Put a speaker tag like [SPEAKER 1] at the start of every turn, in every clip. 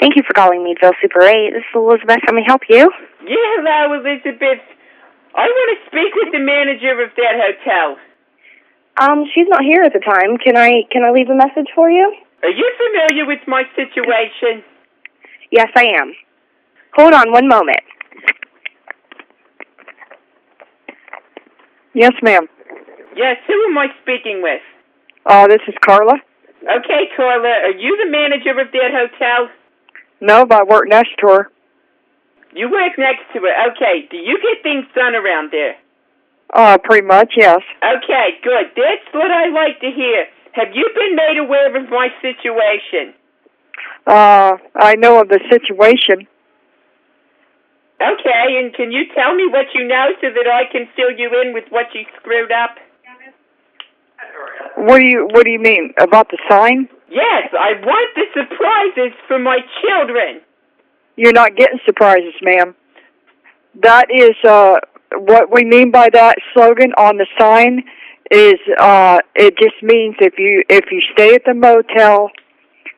[SPEAKER 1] Thank you for calling Meadville Super 8. This is Elizabeth. How may I help you?
[SPEAKER 2] Yeah, hello, Elizabeth. I want to speak with the manager of that hotel.
[SPEAKER 1] Um, she's not here at the time. Can I can I leave a message for you?
[SPEAKER 2] Are you familiar with my situation?
[SPEAKER 1] Yes, I am. Hold on one moment.
[SPEAKER 3] Yes, ma'am.
[SPEAKER 2] Yes, who am I speaking with?
[SPEAKER 3] Uh, this is Carla.
[SPEAKER 2] Okay, Carla, are you the manager of that hotel?
[SPEAKER 3] No, but I work next to her.
[SPEAKER 2] You work next to it. Okay, do you get things done around there?
[SPEAKER 3] Uh, pretty much, yes.
[SPEAKER 2] Okay, good. That's what I like to hear. Have you been made aware of my situation?
[SPEAKER 3] Uh, I know of the situation.
[SPEAKER 2] Okay, and can you tell me what you know so that I can fill you in with what you screwed up?
[SPEAKER 3] What do you What do you mean about the sign?
[SPEAKER 2] Yes, I want the surprises for my children.
[SPEAKER 3] You're not getting surprises, ma'am. That is uh, what we mean by that slogan on the sign is uh, it just means if you if you stay at the motel,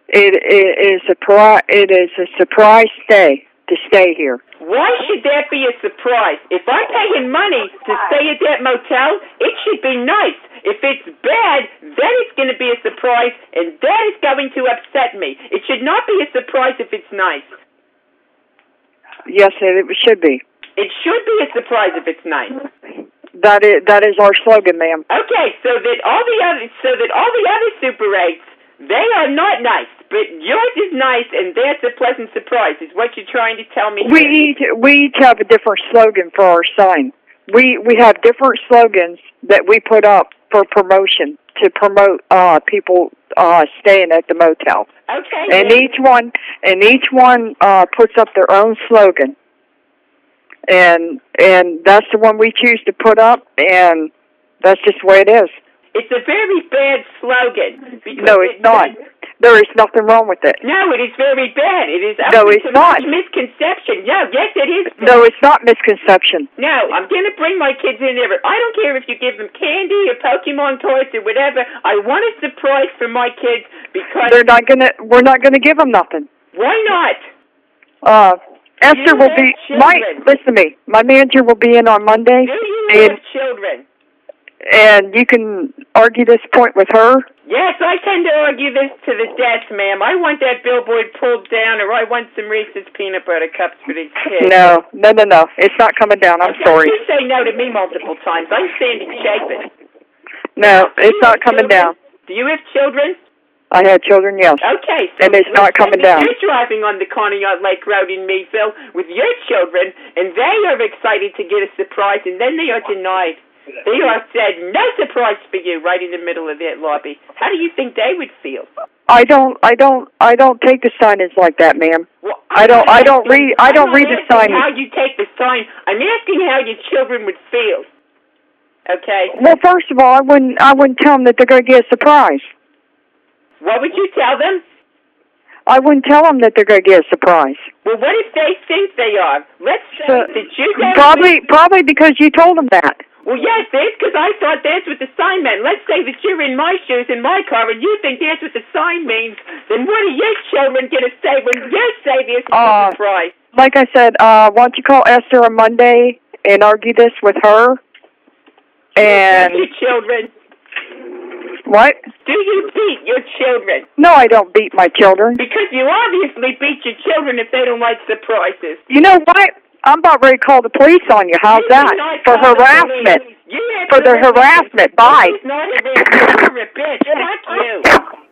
[SPEAKER 3] it, it is a pri- it is a surprise stay to stay here.
[SPEAKER 2] Why should that be a surprise? If I'm paying money to stay at that motel, it should be nice. If it's bad, then it's going to be a surprise, and that is going to upset me. It should not be a surprise if it's nice.
[SPEAKER 3] Yes, it it should be.
[SPEAKER 2] It should be a surprise if it's nice.
[SPEAKER 3] That is that is our slogan, ma'am.
[SPEAKER 2] Okay, so that all the other, so that all the other super eights, they are not nice, but yours is nice, and that's a pleasant surprise. Is what you're trying to tell me?
[SPEAKER 3] We
[SPEAKER 2] here.
[SPEAKER 3] each we each have a different slogan for our sign. We we have different slogans that we put up for promotion to promote uh people uh staying at the motel.
[SPEAKER 2] okay.
[SPEAKER 3] And
[SPEAKER 2] then.
[SPEAKER 3] each one and each one uh puts up their own slogan. And and that's the one we choose to put up and that's just the way it is.
[SPEAKER 2] It's a very bad slogan. because
[SPEAKER 3] No, it's
[SPEAKER 2] it-
[SPEAKER 3] not. There is nothing wrong with it.
[SPEAKER 2] No, it is very bad. It is
[SPEAKER 3] No,
[SPEAKER 2] open
[SPEAKER 3] it's
[SPEAKER 2] to
[SPEAKER 3] not.
[SPEAKER 2] much misconception. No, yes, it is.
[SPEAKER 3] No, it's not misconception.
[SPEAKER 2] No, I'm going to bring my kids in there. I don't care if you give them candy or Pokemon toys or whatever. I want a surprise for my kids because
[SPEAKER 3] They're not gonna we're not gonna give them nothing.
[SPEAKER 2] why not?
[SPEAKER 3] Uh, Esther
[SPEAKER 2] You
[SPEAKER 3] will
[SPEAKER 2] have
[SPEAKER 3] be my.
[SPEAKER 2] children.
[SPEAKER 3] Listen to me. My manager will be in on Monday,
[SPEAKER 2] Do you
[SPEAKER 3] And-
[SPEAKER 2] have children?
[SPEAKER 3] and you can argue this point with her.
[SPEAKER 2] Yes, I tend to argue this to the death, ma'am. I want that billboard pulled down, or I want some Reese's peanut butter cups for these kids.
[SPEAKER 3] No, no, no, no. It's not coming down. I'm
[SPEAKER 2] Okay,
[SPEAKER 3] sorry.
[SPEAKER 2] You say no to me multiple times. I'm standing shaking.
[SPEAKER 3] No, it's not coming down.
[SPEAKER 2] Do you have children?
[SPEAKER 3] I had children. Yes.
[SPEAKER 2] Okay, so
[SPEAKER 3] And it's
[SPEAKER 2] let's
[SPEAKER 3] not
[SPEAKER 2] say
[SPEAKER 3] coming
[SPEAKER 2] that
[SPEAKER 3] down.
[SPEAKER 2] You're driving on the Conneaut Lake Road in Meadville with your children, and they are excited to get a surprise, and then they are denied. They are said, "No surprise for you," right in the middle of that lobby. How do you think they would feel?
[SPEAKER 3] I don't. I don't. I don't take the signage like that, ma'am.
[SPEAKER 2] Well,
[SPEAKER 3] I don't- I don't
[SPEAKER 2] asking-
[SPEAKER 3] read- I don't
[SPEAKER 2] I'm
[SPEAKER 3] read the
[SPEAKER 2] not
[SPEAKER 3] sign.
[SPEAKER 2] asking How you take the sign? I'm asking how your children would feel. Okay,
[SPEAKER 3] Well, first of all, I wouldn't. I wouldn't tell them that they're going to get a surprise.
[SPEAKER 2] what would you tell them?
[SPEAKER 3] I wouldn't tell them that they're going to get a surprise.
[SPEAKER 2] Well, what if they think they are? Let's say
[SPEAKER 3] So,
[SPEAKER 2] that you don't
[SPEAKER 3] Probably, probably because you told them that.
[SPEAKER 2] Well, yes, that's because I thought that's what the sign meant. Let's say that you're in my shoes in my car and you think that's what the sign means. Then what are your children going to say when you say this is a
[SPEAKER 3] Uh,
[SPEAKER 2] surprise?
[SPEAKER 3] like I said, uh, why don't you call Esther on Monday and argue this with her? And
[SPEAKER 2] Do you beat your children?
[SPEAKER 3] what?
[SPEAKER 2] Do you beat your children?
[SPEAKER 3] No, I don't beat my children.
[SPEAKER 2] Because you obviously beat your children if they don't like surprises.
[SPEAKER 3] You know what? I'm about ready to call the police on you. How's
[SPEAKER 2] You do
[SPEAKER 3] that?
[SPEAKER 2] not
[SPEAKER 3] For
[SPEAKER 2] call the
[SPEAKER 3] harassment.
[SPEAKER 2] police. You have
[SPEAKER 3] For
[SPEAKER 2] no
[SPEAKER 3] the
[SPEAKER 2] business.
[SPEAKER 3] harassment. Bye.
[SPEAKER 2] This is not a bitch. You're a bitch. Fuck you.